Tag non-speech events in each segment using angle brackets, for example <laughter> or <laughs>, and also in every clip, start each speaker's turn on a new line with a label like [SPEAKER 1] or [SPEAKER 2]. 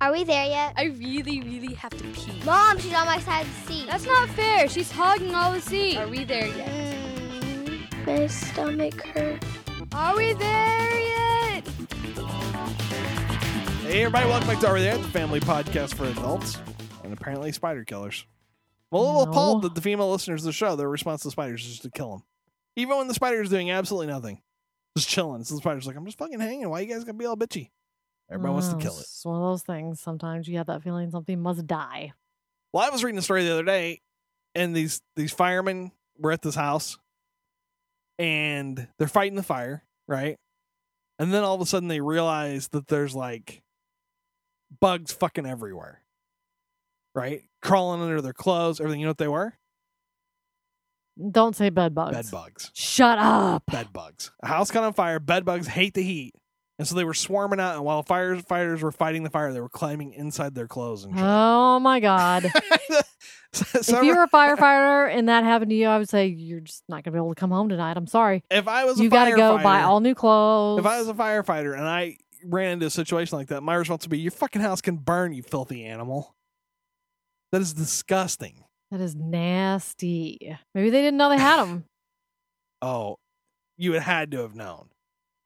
[SPEAKER 1] Are we there yet?
[SPEAKER 2] I really, really have to pee.
[SPEAKER 1] Mom, she's on my side of the seat.
[SPEAKER 2] That's not fair. She's hogging all the seat. Are we there yet?
[SPEAKER 1] Mm, my stomach hurts.
[SPEAKER 2] Are we there yet?
[SPEAKER 3] Hey, everybody, welcome back to Over There, the family podcast for adults and apparently spider killers. I'm a little
[SPEAKER 4] No.
[SPEAKER 3] appalled that the female listeners of the show, their response to spiders is just to kill them. Even when the spider is doing absolutely nothing, just chilling. So the spider's like, I'm just fucking hanging. Why you guys gonna be all bitchy? Everybody wants to
[SPEAKER 4] Oh,
[SPEAKER 3] kill it.
[SPEAKER 4] It's one of those things. Sometimes you have that feeling something must die.
[SPEAKER 3] Well, I was reading a story the other day, and these these firemen were at this house, and they're fighting the fire, right? And then all of a sudden they realize that there's like bugs fucking everywhere, right? Crawling under their clothes, everything. You know what they were?
[SPEAKER 4] Don't say bed bugs.
[SPEAKER 3] Bed bugs.
[SPEAKER 4] Shut up.
[SPEAKER 3] Bed bugs. A house caught on fire. Bed bugs hate the heat, and so they were swarming out. And while firefighters were fighting the fire, they were climbing inside their clothes and shit.
[SPEAKER 4] Oh
[SPEAKER 3] <laughs>
[SPEAKER 4] my god.
[SPEAKER 3] So- so-
[SPEAKER 4] if you were a firefighter and that happened to you, I would say you're just not gonna be able to come home tonight. I'm sorry.
[SPEAKER 3] if I was a
[SPEAKER 4] You got to go buy
[SPEAKER 3] firefighter-
[SPEAKER 4] all new clothes.
[SPEAKER 3] If I was a firefighter and I ran into a situation like that, my response would be, "Your fucking house can burn, you filthy animal." That is disgusting.
[SPEAKER 4] that is nasty. Maybe they didn't know they had them.
[SPEAKER 3] Oh, you had had to have known.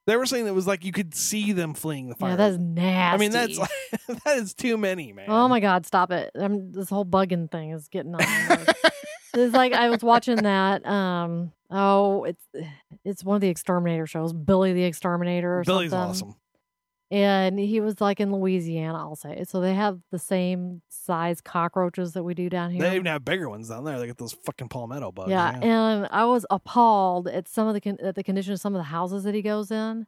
[SPEAKER 3] They were saying it was like you could see them fleeing the fire.
[SPEAKER 4] yeah, that's nasty.
[SPEAKER 3] I mean, that's <laughs> that is too many, man.
[SPEAKER 4] Oh my god, stop it! i this whole bugging thing is getting on. my
[SPEAKER 3] <laughs>
[SPEAKER 4] nerves. it's like I was watching that. Um, oh, it's it's one of the Exterminator shows, Billy the Exterminator. Or
[SPEAKER 3] Billy's
[SPEAKER 4] something.
[SPEAKER 3] awesome.
[SPEAKER 4] and he was like in Louisiana. I'll say so. They have the same size cockroaches that we do down here.
[SPEAKER 3] They even have bigger ones down there. They get those fucking palmetto bugs.
[SPEAKER 4] yeah,
[SPEAKER 3] man.
[SPEAKER 4] and I was appalled at some of the con- at the condition of some of the houses that he goes in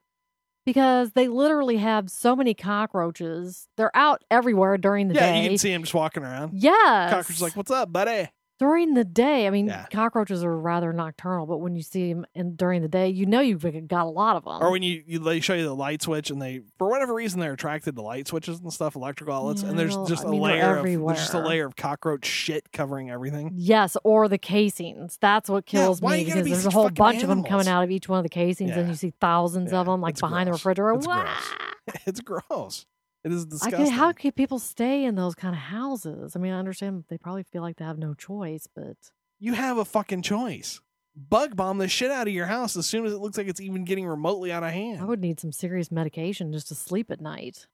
[SPEAKER 4] because they literally have so many cockroaches. They're out everywhere during the
[SPEAKER 3] yeah.
[SPEAKER 4] day.
[SPEAKER 3] You can see him just walking around.
[SPEAKER 4] Yes.
[SPEAKER 3] Cockroach's like, "What's up, buddy?"
[SPEAKER 4] during the day. I mean,
[SPEAKER 3] Yeah.
[SPEAKER 4] cockroaches are rather nocturnal, but when you see them in, during the day, you know you've got a lot of them.
[SPEAKER 3] Or when you, you they show you the light switch and they for whatever reason they're attracted to light switches and stuff, electrical outlets, and there's
[SPEAKER 4] Yeah,
[SPEAKER 3] just
[SPEAKER 4] I
[SPEAKER 3] a
[SPEAKER 4] mean, they're
[SPEAKER 3] layer of there's just a
[SPEAKER 4] everywhere.
[SPEAKER 3] layer of cockroach shit covering everything. <laughs>
[SPEAKER 4] Yes, or the casings. That's what
[SPEAKER 3] Yeah,
[SPEAKER 4] kills
[SPEAKER 3] why
[SPEAKER 4] me
[SPEAKER 3] you gotta
[SPEAKER 4] because
[SPEAKER 3] be
[SPEAKER 4] there's a
[SPEAKER 3] such
[SPEAKER 4] whole
[SPEAKER 3] fucking
[SPEAKER 4] bunch of them
[SPEAKER 3] animals?
[SPEAKER 4] coming out of each one of the casings,
[SPEAKER 3] Yeah.
[SPEAKER 4] and you see thousands of
[SPEAKER 3] Yeah,
[SPEAKER 4] them like
[SPEAKER 3] it's
[SPEAKER 4] behind
[SPEAKER 3] gross.
[SPEAKER 4] the refrigerator.
[SPEAKER 3] It's
[SPEAKER 4] Wah!
[SPEAKER 3] gross.
[SPEAKER 1] Ah,
[SPEAKER 3] It's gross. It is
[SPEAKER 4] I
[SPEAKER 3] disgusting.
[SPEAKER 4] can, how can people stay in those kind of houses? I mean, I understand they probably feel like they have no choice, but
[SPEAKER 3] you have a fucking choice. Bug bomb the shit out of your house as soon as it looks like it's even getting remotely out of hand.
[SPEAKER 4] I would need some serious medication just to sleep at night.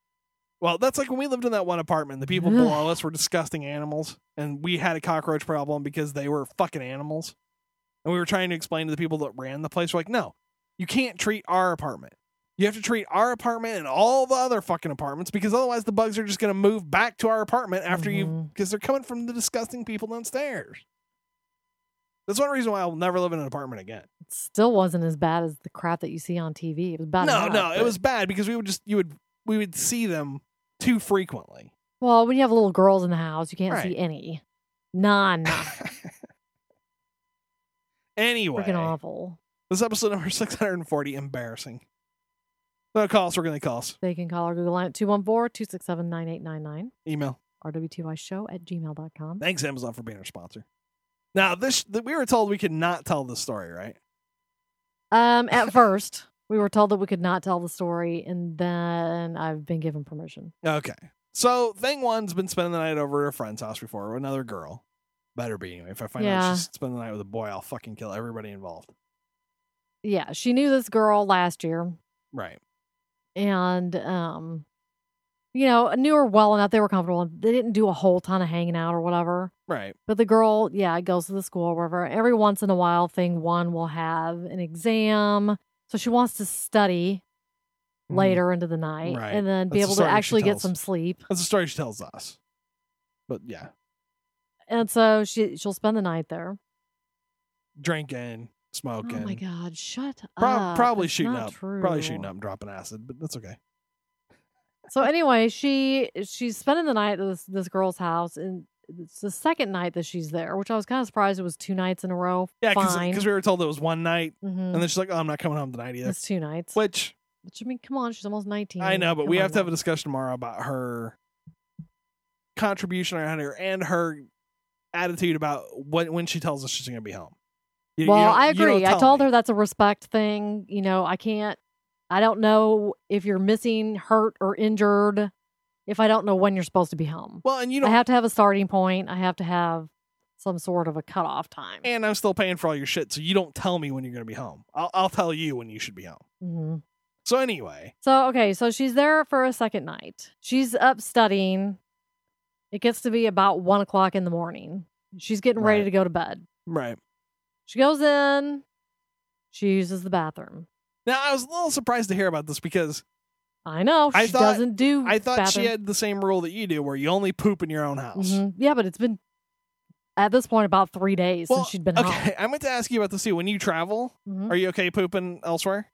[SPEAKER 3] Well, that's like when we lived in that one apartment. The people
[SPEAKER 4] Ugh.
[SPEAKER 3] below us were disgusting animals, and we had a cockroach problem because they were fucking animals. And we were trying to explain to the people that ran the place, we're like, no, you can't treat our apartment. You have to treat our apartment and all the other fucking apartments because otherwise the bugs are just going to move back to our apartment after you
[SPEAKER 4] Mhm.
[SPEAKER 3] because they're coming from the disgusting people downstairs. That's one reason why I'll never live in an apartment again.
[SPEAKER 4] It still wasn't as bad as the crap that you see on TV. It was bad.
[SPEAKER 3] no,
[SPEAKER 4] enough,
[SPEAKER 3] no, it
[SPEAKER 4] but-
[SPEAKER 3] was bad because we would just you would we would see them too frequently.
[SPEAKER 4] Well, when you have little girls in the house, you can't
[SPEAKER 3] Right.
[SPEAKER 4] see any. None.
[SPEAKER 3] <laughs> anyway,
[SPEAKER 4] Freaking awful.
[SPEAKER 3] this episode number <laughs> 640, embarrassing. No calls, we're going to call us.
[SPEAKER 4] They can call our Google line at 214 267 9899,
[SPEAKER 3] Email.
[SPEAKER 4] rwtyshow at gmail.com.
[SPEAKER 3] Thanks, Amazon, for being our sponsor. Now, this th- we were told we could not tell this story, right?
[SPEAKER 4] Um, at first, we were told that we could not tell the story, and then I've been given permission.
[SPEAKER 3] Okay. So, thing one's been spending the night over at her friend's house before with another girl. Better be anyway. If I find
[SPEAKER 4] Yeah.
[SPEAKER 3] out she's spending the night with a boy, I'll fucking kill everybody involved.
[SPEAKER 4] Yeah, she knew this girl last year,
[SPEAKER 3] Right.
[SPEAKER 4] and, um, you know, knew her well enough. They were comfortable. They didn't do a whole ton of hanging out or whatever.
[SPEAKER 3] Right.
[SPEAKER 4] But the girl, yeah, goes to the school or wherever. Every once in a while, thing one will have an exam. So she wants to study later into the night
[SPEAKER 3] Mm-hmm. Right.
[SPEAKER 4] and then
[SPEAKER 3] That's the
[SPEAKER 4] be able to
[SPEAKER 3] story she
[SPEAKER 4] actually get
[SPEAKER 3] tells.
[SPEAKER 4] some sleep.
[SPEAKER 3] That's the story she tells us. But yeah,
[SPEAKER 4] And so she she'll spend the night there.
[SPEAKER 3] drinking, smoking.
[SPEAKER 4] Oh my god, shut
[SPEAKER 3] Prob-
[SPEAKER 4] up.
[SPEAKER 3] probably
[SPEAKER 4] It's
[SPEAKER 3] shooting
[SPEAKER 4] Ah, not
[SPEAKER 3] up. Probably
[SPEAKER 4] true.
[SPEAKER 3] shooting up and dropping acid, but that's okay.
[SPEAKER 4] So anyway, she she's spending the night at this this girl's house and it's the second night that she's there, which I was kind of surprised it was two nights in a row.
[SPEAKER 3] Yeah,
[SPEAKER 4] fine.
[SPEAKER 3] because we were told it was one night,
[SPEAKER 4] Mhm.
[SPEAKER 3] and then she's like, "Oh, I'm not coming home tonight either."
[SPEAKER 4] it's two nights.
[SPEAKER 3] Which
[SPEAKER 4] Which I mean, come on, she's almost nineteen.
[SPEAKER 3] I know, but
[SPEAKER 4] Come
[SPEAKER 3] we
[SPEAKER 4] on
[SPEAKER 3] have to have a
[SPEAKER 4] now.
[SPEAKER 3] discussion tomorrow about her contribution around here and her attitude about when when she tells us she's going to be home. You- you
[SPEAKER 4] Well,
[SPEAKER 3] don't-
[SPEAKER 4] I
[SPEAKER 3] you don't
[SPEAKER 4] agree. I
[SPEAKER 3] tell
[SPEAKER 4] told
[SPEAKER 3] me.
[SPEAKER 4] her that's a respect thing. You know, I can't. I don't know if you're missing, hurt, or injured. if I don't know when you're supposed to be home.
[SPEAKER 3] Well, and you
[SPEAKER 4] I
[SPEAKER 3] don't.
[SPEAKER 4] have to have a starting point. I have to have some sort of a cutoff time.
[SPEAKER 3] and I'm still paying for all your shit, so you don't tell me when you're going to be home. I'll, I'll tell you when you should be home.
[SPEAKER 4] hmm
[SPEAKER 3] So anyway,
[SPEAKER 4] So okay, so she's there for a second night. She's up studying. It gets to be about one o'clock in the morning. She's getting ready
[SPEAKER 3] Right.
[SPEAKER 4] to go to bed.
[SPEAKER 3] right
[SPEAKER 4] She goes in. She uses the bathroom.
[SPEAKER 3] now, I was a little surprised to hear about this because
[SPEAKER 4] I know she
[SPEAKER 3] I thought-
[SPEAKER 4] doesn't do.
[SPEAKER 3] I thought
[SPEAKER 4] bathroom.
[SPEAKER 3] she had the same rule that you do, where you only poop in your own house.
[SPEAKER 4] Mhm. Yeah, but it's been at this point about three days
[SPEAKER 3] Well,
[SPEAKER 4] since she'd been home.
[SPEAKER 3] Okay, <laughs> I meant to ask you about this too. When you travel,
[SPEAKER 4] Mhm.
[SPEAKER 3] are you okay pooping elsewhere,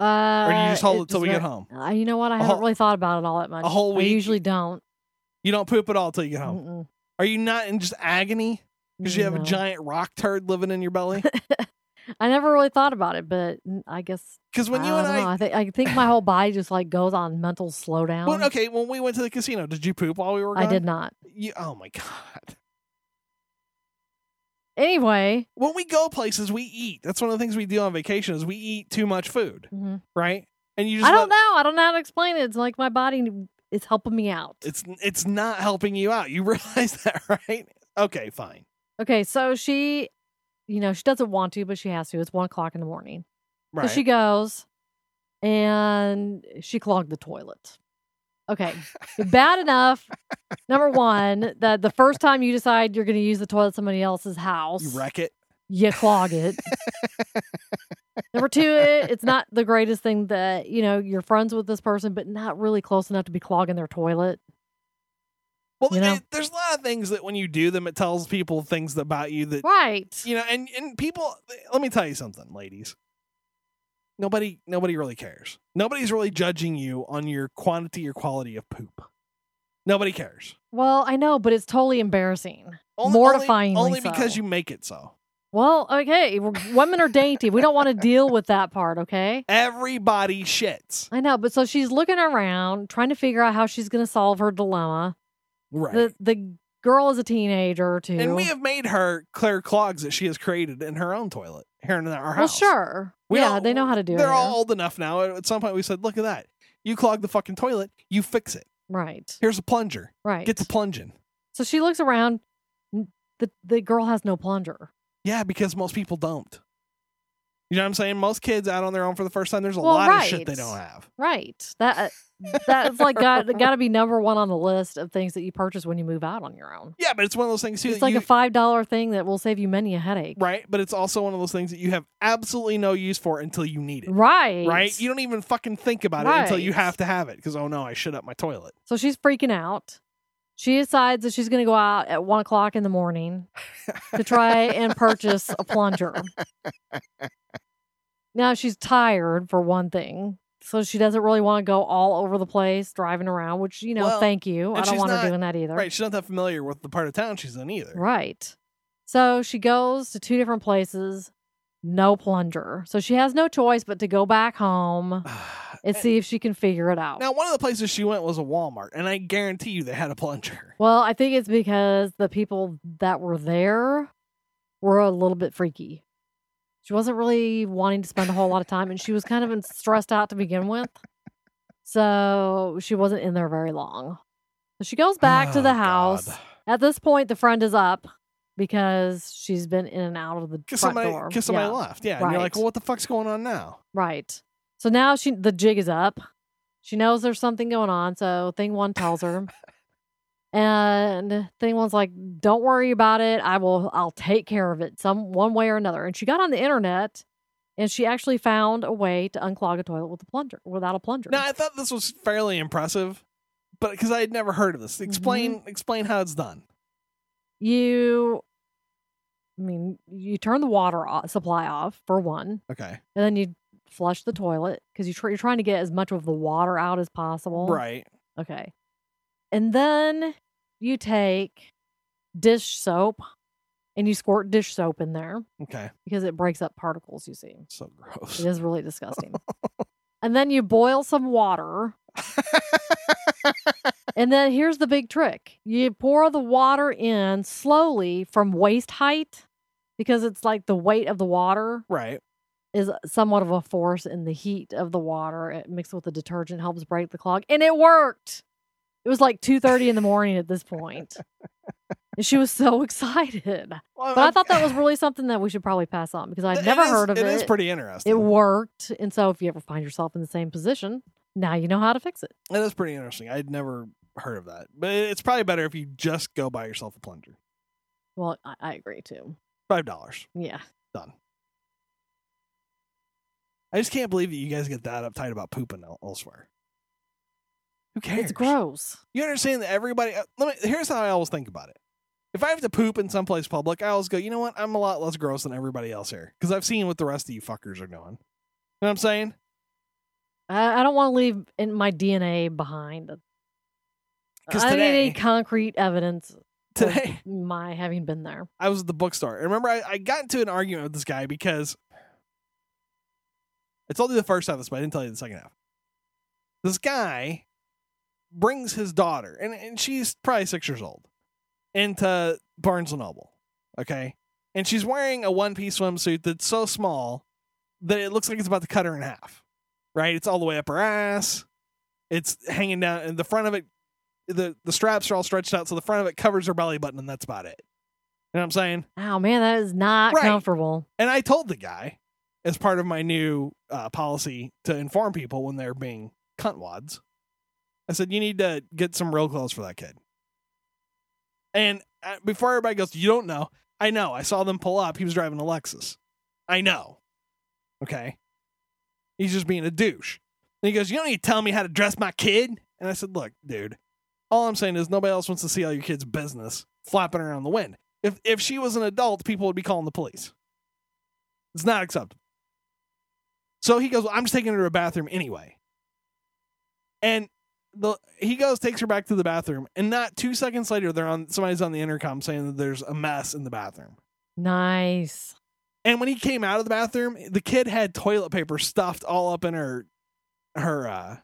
[SPEAKER 4] Uh,
[SPEAKER 3] <laughs> or do you just hold it,
[SPEAKER 4] till
[SPEAKER 3] till we get home?
[SPEAKER 4] Uh, you know what? I haven't
[SPEAKER 3] whole-
[SPEAKER 4] really thought about it all that much.
[SPEAKER 3] a whole
[SPEAKER 4] I
[SPEAKER 3] week?
[SPEAKER 4] usually don't.
[SPEAKER 3] You don't poop at all till you get home.
[SPEAKER 4] Mm-mm.
[SPEAKER 3] Are you not in just agony because you have
[SPEAKER 4] Mm-hmm. No.
[SPEAKER 3] a giant rock turd living in your
[SPEAKER 4] <laughs>
[SPEAKER 3] belly?
[SPEAKER 4] I never really thought about it, but mm, I guess
[SPEAKER 3] Because when you
[SPEAKER 4] I
[SPEAKER 3] and
[SPEAKER 4] don't know.
[SPEAKER 3] I,
[SPEAKER 4] I think I think my whole body just like goes on mental slowdown.
[SPEAKER 3] well, okay, when we went to the casino, did you poop while we were? Gone?
[SPEAKER 4] I did not.
[SPEAKER 3] You, oh my god!
[SPEAKER 4] Anyway,
[SPEAKER 3] When we go places, we eat. That's one of the things we do on vacation is we eat too much food,
[SPEAKER 4] mhm.
[SPEAKER 3] right? And you just
[SPEAKER 4] I don't
[SPEAKER 3] let-
[SPEAKER 4] know. I don't know how to explain it. It's like my body is helping me out.
[SPEAKER 3] It's it's not helping you out. You <laughs> realize that, right? Okay, fine.
[SPEAKER 4] Okay, so she, you know, she doesn't want to, but she has to. It's one o'clock in the morning,
[SPEAKER 3] Right.
[SPEAKER 4] so she goes, and she clogged the toilet. Okay, bad enough. Number one, that the first time you decide you're going to use the toilet at somebody else's house,
[SPEAKER 3] you wreck it.
[SPEAKER 4] you
[SPEAKER 3] <laughs>
[SPEAKER 4] clog it. Number two, it, it's not the greatest thing that, you know, you're friends with this person, but not really close enough to be clogging their toilet.
[SPEAKER 3] Well,
[SPEAKER 4] You know?
[SPEAKER 3] it- there's a lot of things that when you do them, it tells people things about you that
[SPEAKER 4] Right.
[SPEAKER 3] you know. And and people, let me tell you something, ladies. Nobody nobody really cares. Nobody's really judging you on your quantity or quality of poop. Nobody cares.
[SPEAKER 4] Well, I know, but it's totally embarrassing.
[SPEAKER 3] Only,
[SPEAKER 4] Mortifyingly
[SPEAKER 3] Only, only
[SPEAKER 4] so.
[SPEAKER 3] because you make it so.
[SPEAKER 4] Well, okay. we're- Women are dainty. We don't want to deal with that part, okay?
[SPEAKER 3] Everybody shits.
[SPEAKER 4] I know, but so she's looking around, trying to figure out how she's going to solve her dilemma.
[SPEAKER 3] Right.
[SPEAKER 4] The the girl is a teenager or two.
[SPEAKER 3] and we have made her clear clogs that she has created in her own toilet here in our
[SPEAKER 4] well,
[SPEAKER 3] house.
[SPEAKER 4] sure.
[SPEAKER 3] We
[SPEAKER 4] yeah,
[SPEAKER 3] all-
[SPEAKER 4] they know how to do it.
[SPEAKER 3] They're
[SPEAKER 4] here.
[SPEAKER 3] all old enough now. At some point, we said, "Look at that! You clog the fucking toilet. You fix it.
[SPEAKER 4] Right.
[SPEAKER 3] Here's a plunger.
[SPEAKER 4] Right.
[SPEAKER 3] Get the plunging."
[SPEAKER 4] So she looks around. N- The the girl has no plunger.
[SPEAKER 3] Yeah, because most people don't. You know what I'm saying? Most kids out on their own for the first time. There's a
[SPEAKER 4] Well,
[SPEAKER 3] lot of shit
[SPEAKER 4] right.
[SPEAKER 3] they don't have.
[SPEAKER 4] Right. That uh, that's like
[SPEAKER 3] <laughs>
[SPEAKER 4] got got to be number one on the list of things that you purchase when you move out on your own.
[SPEAKER 3] Yeah, but it's one of those things too.
[SPEAKER 4] It's
[SPEAKER 3] that
[SPEAKER 4] like
[SPEAKER 3] you,
[SPEAKER 4] a five dollar thing that will save you many a headache.
[SPEAKER 3] right, but it's also one of those things that you have absolutely no use for until you need it.
[SPEAKER 4] Right.
[SPEAKER 3] Right? You don't even fucking think about it until you
[SPEAKER 4] Right.
[SPEAKER 3] have to have it because oh no, I shit up my toilet.
[SPEAKER 4] So she's freaking out. She decides that she's going to go out at one o'clock in the
[SPEAKER 3] <laughs>
[SPEAKER 4] morning to try and purchase a plunger. Now she's tired for one thing. So she doesn't really want to go all over the place driving around, which, you know,
[SPEAKER 3] Well,
[SPEAKER 4] thank you. I
[SPEAKER 3] and
[SPEAKER 4] don't
[SPEAKER 3] she's
[SPEAKER 4] want
[SPEAKER 3] not-
[SPEAKER 4] her doing that either.
[SPEAKER 3] Right? She's not that familiar with the part of town she's in either.
[SPEAKER 4] Right. So she goes to two different places, no plunger. So she has no choice but to go back home
[SPEAKER 3] <sighs>
[SPEAKER 4] and
[SPEAKER 3] Eh.
[SPEAKER 4] see if she can figure it out.
[SPEAKER 3] Now, one of the places she went was a Walmart, and I guarantee you they had a plunger.
[SPEAKER 4] Well, I think it's because the people that were there were a little bit freaky. She wasn't really wanting to spend a whole lot of time, and she was kind of stressed out to begin with. So she wasn't in there very long. So she goes back to
[SPEAKER 3] Oh,
[SPEAKER 4] the
[SPEAKER 3] God.
[SPEAKER 4] house. At this point, the friend is up because she's been in and out of the front
[SPEAKER 3] Cause somebody,
[SPEAKER 4] door.
[SPEAKER 3] 'cause somebody
[SPEAKER 4] Yeah,
[SPEAKER 3] left. Yeah, and you're
[SPEAKER 4] Right.
[SPEAKER 3] like, well, what the fuck's going on now?
[SPEAKER 4] right. So now she the jig is up. She knows there's something going on. So thing one tells her, and thing one's like, "Don't worry about it. I will. I'll take care of it some one way or another." And she got on the internet, and she actually found a way to unclog a toilet with a plunger without a plunger.
[SPEAKER 3] Now, I thought this was fairly impressive, but because I had never heard of
[SPEAKER 4] Mm-hmm.
[SPEAKER 3] this, explain explain how it's done.
[SPEAKER 4] you, I mean, you turn the water o- supply off for one.
[SPEAKER 3] Okay,
[SPEAKER 4] and then you flush the toilet because you tr- you're trying to get as much of the water out as possible.
[SPEAKER 3] right.
[SPEAKER 4] Okay. And then you take dish soap and you squirt dish soap in there
[SPEAKER 3] Okay,
[SPEAKER 4] because it breaks up particles, you see.
[SPEAKER 3] so
[SPEAKER 4] It
[SPEAKER 3] gross.
[SPEAKER 4] is really disgusting. and then you boil some water. and then here's the big trick you pour the water in slowly from waist height because it's like the weight of the water
[SPEAKER 3] Right.
[SPEAKER 4] is somewhat of a force in the heat of the water it mixed with the detergent helps break the clog and it worked it was like 2.30 in the morning at this point and she was so <laughs> excited
[SPEAKER 3] Well,
[SPEAKER 4] but i thought that was
[SPEAKER 3] <laughs>
[SPEAKER 4] really something that we should probably pass on because i'd never
[SPEAKER 3] is-
[SPEAKER 4] heard of it
[SPEAKER 3] It is pretty interesting.
[SPEAKER 4] it worked and so if you ever find yourself in the same position now you know how to fix it
[SPEAKER 3] It is pretty interesting. I'd never heard of that, but it's probably better if you just go buy yourself a plunger.
[SPEAKER 4] well i, I agree too
[SPEAKER 3] Five dollars.
[SPEAKER 4] yeah
[SPEAKER 3] I just can't believe that you guys get that uptight about pooping el- elsewhere. Who cares?
[SPEAKER 4] it's gross
[SPEAKER 3] You understand that everybody. uh, Let me. Here's how I always think about it. If I have to poop in someplace public, I always go. You know what? I'm a lot less gross than everybody else here because I've seen what the rest of you fuckers are doing. You know what I'm saying?
[SPEAKER 4] I, I don't want to leave in my dna behind
[SPEAKER 3] 'Cause
[SPEAKER 4] i don't need
[SPEAKER 3] today-
[SPEAKER 4] any concrete evidence
[SPEAKER 3] Today,
[SPEAKER 4] my having been there.
[SPEAKER 3] I was at the bookstore. And remember, I, I got into an argument with this guy because I told you the first half of this, but I didn't tell you the second half. This guy brings his daughter, and, and she's probably six years old, into Barnes and Noble. Okay. And she's wearing a one piece swimsuit that's so small that it looks like it's about to cut her in half. Right? It's all the way up her ass. It's hanging down, and the front of it, the, the straps are all stretched out, so the front of it covers her belly button, and that's about it. You know what I'm saying?
[SPEAKER 4] Oh man, that is not
[SPEAKER 3] Right.
[SPEAKER 4] comfortable.
[SPEAKER 3] And I told the guy, as part of my new uh, policy to inform people when they're being cuntwads, I said, you need to get some real clothes for that kid. And uh, before everybody goes, you don't know. I know. I saw them pull up. He was driving a Lexus. I know. Okay. He's just being a douche. And he goes, you don't need to tell me how to dress my kid. And I said, look, dude, all I'm saying is nobody else wants to see all your kid's business flapping around the wind. If, if she was an adult, people would be calling the police. It's not acceptable. So he goes, well, I'm just taking her to a bathroom anyway. And the he goes, takes her back to the bathroom, and not two seconds later, they're on somebody's on the intercom saying that there's a mess in the bathroom.
[SPEAKER 4] Nice.
[SPEAKER 3] And when he came out of the bathroom, the kid had toilet paper stuffed all up in her her uh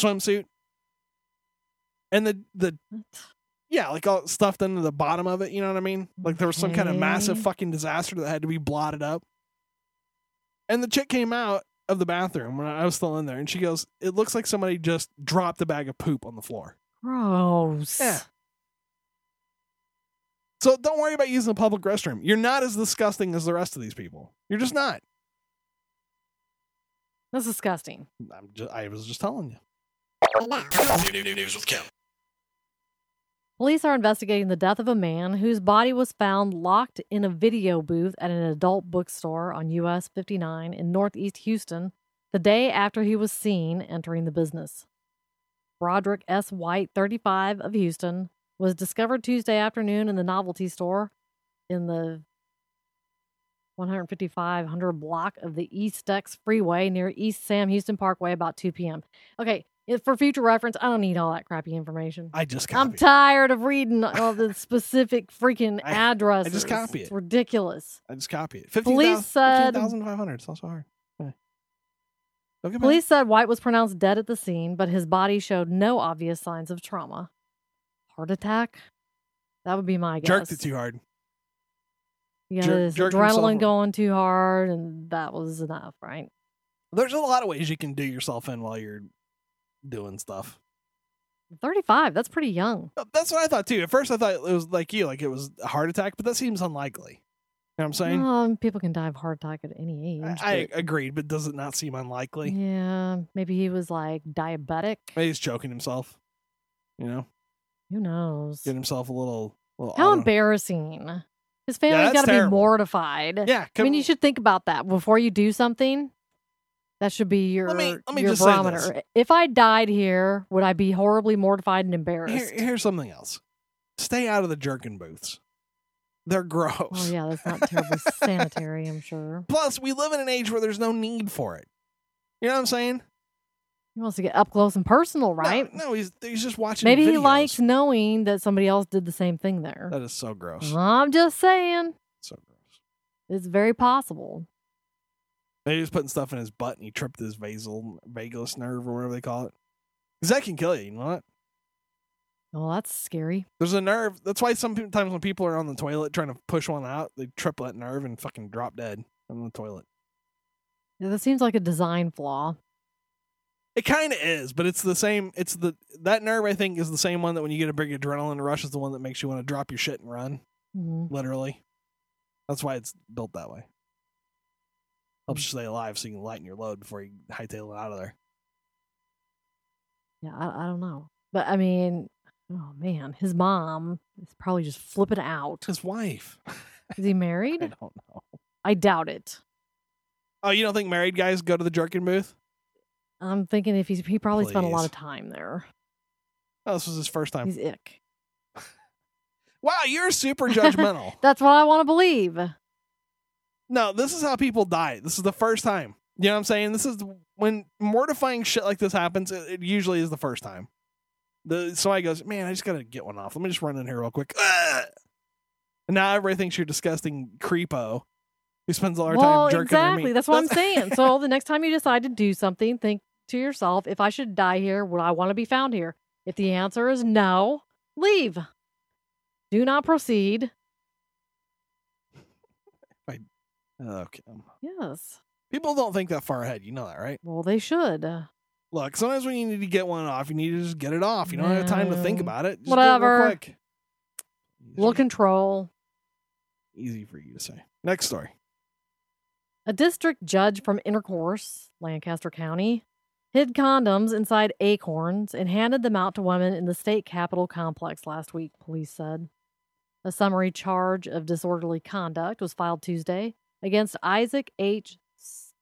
[SPEAKER 3] swimsuit. And the the yeah, like all stuffed into the bottom of it, you know what I mean? Like there was some kind of massive
[SPEAKER 4] Okay.
[SPEAKER 3] fucking disaster that had to be blotted up. And the chick came out of the bathroom when I was still in there and she goes, "It looks like somebody just dropped a bag of poop on the floor."
[SPEAKER 4] Gross.
[SPEAKER 3] Yeah. So don't worry about using the public restroom. You're not as disgusting as the rest of these people. You're just not.
[SPEAKER 4] That's disgusting.
[SPEAKER 3] I'm just, I was just telling you.
[SPEAKER 4] Police are investigating the death of a man whose body was found locked in a video booth at an adult bookstore on US 59 in Northeast Houston the day after he was seen entering the business. Broderick S. White, 35, of Houston, was discovered Tuesday afternoon in the novelty store in the 15500 block of the East Dex Freeway near East Sam Houston Parkway about 2 p.m. Okay, if- for future reference, I don't need all that crappy information.
[SPEAKER 3] I just
[SPEAKER 4] I'm
[SPEAKER 3] copied.
[SPEAKER 4] tired of reading
[SPEAKER 3] <laughs>
[SPEAKER 4] all the specific freaking
[SPEAKER 3] I- I just
[SPEAKER 4] addresses.
[SPEAKER 3] copy
[SPEAKER 4] It's
[SPEAKER 3] it.
[SPEAKER 4] ridiculous.
[SPEAKER 3] I just copy it.
[SPEAKER 4] Police
[SPEAKER 3] 15,000
[SPEAKER 4] said-
[SPEAKER 3] 15,500. It's not so hard. Yeah. Don't get mad.
[SPEAKER 4] Police said White was pronounced dead at the scene, but his body showed no obvious signs of trauma. Heart attack? That would be my guess.
[SPEAKER 3] jerked it too hard.
[SPEAKER 4] Yeah,
[SPEAKER 3] jer-
[SPEAKER 4] his
[SPEAKER 3] jerked himself
[SPEAKER 4] adrenaline
[SPEAKER 3] a-
[SPEAKER 4] going too hard, and that was enough, right?
[SPEAKER 3] There's a lot of ways you can do yourself in while you're doing stuff. Uh,
[SPEAKER 4] 35, that's pretty young.
[SPEAKER 3] That's what I thought too. At first, I thought it was like you, like it was a heart attack, but that seems unlikely. You know what I'm saying?
[SPEAKER 4] Um, people can die of heart attack at any age.
[SPEAKER 3] I, I
[SPEAKER 4] but-
[SPEAKER 3] agreed, but does it not seem unlikely?
[SPEAKER 4] Mm-hmm. yeah, maybe he was like diabetic.
[SPEAKER 3] Maybe he's choking himself. You know,
[SPEAKER 4] Who knows?
[SPEAKER 3] get himself a little. little
[SPEAKER 4] How
[SPEAKER 3] auto-
[SPEAKER 4] embarrassing. His family's
[SPEAKER 3] that's
[SPEAKER 4] got to be
[SPEAKER 3] terrible.
[SPEAKER 4] mortified.
[SPEAKER 3] Yeah,
[SPEAKER 4] I mean,
[SPEAKER 3] come-
[SPEAKER 4] you should think about that before you do something. That should be your
[SPEAKER 3] Let me- let me
[SPEAKER 4] your
[SPEAKER 3] just say this.
[SPEAKER 4] barometer. If I died here, would I be horribly mortified and
[SPEAKER 3] Here,
[SPEAKER 4] embarrassed?
[SPEAKER 3] here's something else. Stay out of the jerkin booths. They're gross.
[SPEAKER 4] oh yeah, that's
[SPEAKER 3] <laughs>
[SPEAKER 4] not terribly sanitary, I'm sure.
[SPEAKER 3] Plus, we live in an age where there's no need for it. You know what I'm saying?
[SPEAKER 4] He wants to get up close and personal,
[SPEAKER 3] No,
[SPEAKER 4] right?
[SPEAKER 3] No, he's he's just watching.
[SPEAKER 4] Maybe he
[SPEAKER 3] videos.
[SPEAKER 4] likes knowing that somebody else did the same thing there.
[SPEAKER 3] That is so gross.
[SPEAKER 4] I'm just saying,
[SPEAKER 3] So gross.
[SPEAKER 4] it's very possible.
[SPEAKER 3] Maybe he was putting stuff in his butt and he tripped his vasal vagus nerve or whatever they call it. Because that can kill you. You know what?
[SPEAKER 4] Well, that's scary.
[SPEAKER 3] There's a nerve. That's why sometimes when people are on the toilet trying to push one out, they trip that nerve and fucking drop dead on the toilet.
[SPEAKER 4] Yeah, That seems like a design flaw.
[SPEAKER 3] It kind of is, but it's the same. It's the that nerve I think is the same one that when you get a big adrenaline rush is the one that makes you want to drop your shit and run.
[SPEAKER 4] Mhm.
[SPEAKER 3] Literally, that's why it's built that way. Helps you stay alive so you can lighten your load before you hightail it out of there.
[SPEAKER 4] Yeah, I, I don't know. But I mean, oh man, his mom is probably just flipping out.
[SPEAKER 3] His wife. <laughs>
[SPEAKER 4] Is he
[SPEAKER 3] I
[SPEAKER 4] married?
[SPEAKER 3] don't know.
[SPEAKER 4] I doubt it.
[SPEAKER 3] Oh, you don't think married guys go to the jerkin booth?
[SPEAKER 4] I'm thinking if he's he probably spent a lot
[SPEAKER 3] Please.
[SPEAKER 4] of time there.
[SPEAKER 3] Oh, this was his first time.
[SPEAKER 4] He's ick.
[SPEAKER 3] Wow, you're super judgmental.
[SPEAKER 4] That's what I want to believe.
[SPEAKER 3] No, this is how people die. This is the first time. You know what I'm saying? This is when mortifying shit like this happens. It, it usually is the first time. The somebody goes, man, I just gotta get one off. Let me just run in here real quick. Ah! And now everybody thinks you're disgusting creepo who spends all our
[SPEAKER 4] well,
[SPEAKER 3] time jerking
[SPEAKER 4] exactly.
[SPEAKER 3] their meat.
[SPEAKER 4] That's
[SPEAKER 3] <laughs>
[SPEAKER 4] what I'm saying. So the next time you decide to do something, think to yourself: If I should die here, would I want to be found here? If the answer is no, leave. Do not proceed.
[SPEAKER 3] okay.
[SPEAKER 4] Yes.
[SPEAKER 3] People don't think that far ahead. You know that, right?
[SPEAKER 4] Well, they should.
[SPEAKER 3] Look, sometimes when you need to get one off, you need to just get it off. You don't have time to think
[SPEAKER 4] No.
[SPEAKER 3] about it. Just Do it
[SPEAKER 4] Whatever.
[SPEAKER 3] real quick.
[SPEAKER 4] Will control.
[SPEAKER 3] easy for you to say. Next story.
[SPEAKER 4] A district judge from Intercourse, Lancaster County, hid condoms inside acorns and handed them out to women in the state capitol complex last week, police said. A summary charge of disorderly conduct was filed Tuesday against Isaac H.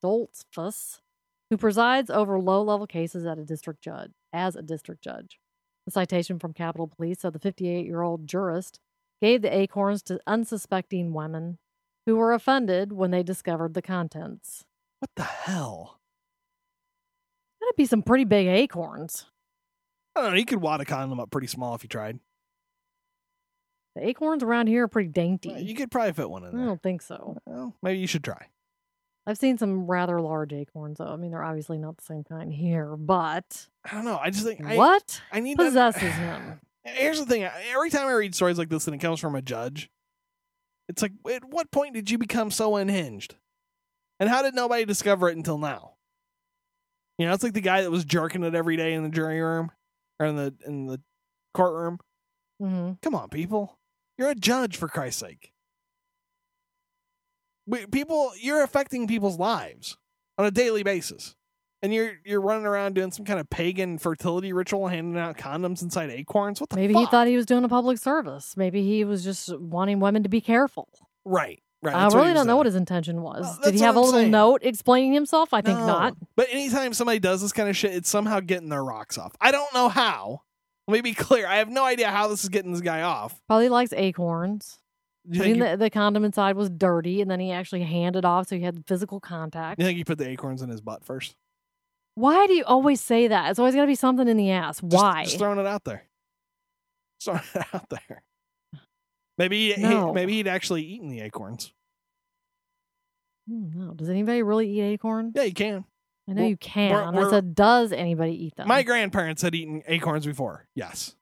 [SPEAKER 4] Stoltzfus, who presides over low level cases at a district judge as a district judge. The citation from Capitol Police said the 58 year old jurist gave the acorns to unsuspecting women who were offended when they discovered the contents.
[SPEAKER 3] What the hell?
[SPEAKER 4] That'd be some pretty big acorns.
[SPEAKER 3] I don't know. You could wad a condom up pretty small if you tried.
[SPEAKER 4] The acorns around here are pretty dainty.
[SPEAKER 3] Well, You could probably fit one in
[SPEAKER 4] I
[SPEAKER 3] there.
[SPEAKER 4] don't think so.
[SPEAKER 3] Well, maybe you should try.
[SPEAKER 4] I've seen some rather large acorns, though. I mean, they're obviously not the same kind here, but
[SPEAKER 3] I don't know. I just think I,
[SPEAKER 4] what?
[SPEAKER 3] I need
[SPEAKER 4] possesses
[SPEAKER 3] that.
[SPEAKER 4] him?
[SPEAKER 3] <sighs> Here's the thing. Every time I read stories like this and it comes from a judge, it's like, at what point did you become so unhinged? And how did nobody discover it until now? You know, it's like the guy that was jerking it every day in the jury room or in the in the courtroom.
[SPEAKER 4] hmm
[SPEAKER 3] Come on, people. You're a judge for Christ's sake. We, people, you're affecting people's lives on a daily basis. And you're you're running around doing some kind of pagan fertility ritual, handing out condoms inside acorns. What the
[SPEAKER 4] Maybe
[SPEAKER 3] fuck?
[SPEAKER 4] he thought he was doing a public service. Maybe he was just wanting women to be careful.
[SPEAKER 3] right, right.
[SPEAKER 4] I really don't know what his intention was.
[SPEAKER 3] Well,
[SPEAKER 4] Did
[SPEAKER 3] that's
[SPEAKER 4] he have
[SPEAKER 3] what
[SPEAKER 4] a
[SPEAKER 3] I'm
[SPEAKER 4] little
[SPEAKER 3] saying.
[SPEAKER 4] note explaining himself? I think not.
[SPEAKER 3] But anytime somebody does this kind of shit, it's somehow getting their rocks off. I don't know how. Let me be clear. I have no idea how this is getting this guy off.
[SPEAKER 4] Probably likes acorns.
[SPEAKER 3] Do you,
[SPEAKER 4] I
[SPEAKER 3] think
[SPEAKER 4] mean,
[SPEAKER 3] he,
[SPEAKER 4] the, the condom inside was dirty, and then he actually handed off, so he had physical contact.
[SPEAKER 3] you think he put the acorns in his butt first?
[SPEAKER 4] Why do you always say that? It's always got to be something in the ass.
[SPEAKER 3] Just-
[SPEAKER 4] Why?
[SPEAKER 3] Just, throwing it out there. Just throwing <laughs> it out there. Maybe he,
[SPEAKER 4] No.
[SPEAKER 3] maybe he'd actually eaten the acorns.
[SPEAKER 4] Mm, no. Does anybody really eat acorns?
[SPEAKER 3] Yeah, you can.
[SPEAKER 4] I know
[SPEAKER 3] Well,
[SPEAKER 4] you can. I
[SPEAKER 3] we're-
[SPEAKER 4] said, does anybody eat them?
[SPEAKER 3] My grandparents had eaten acorns before. Yes,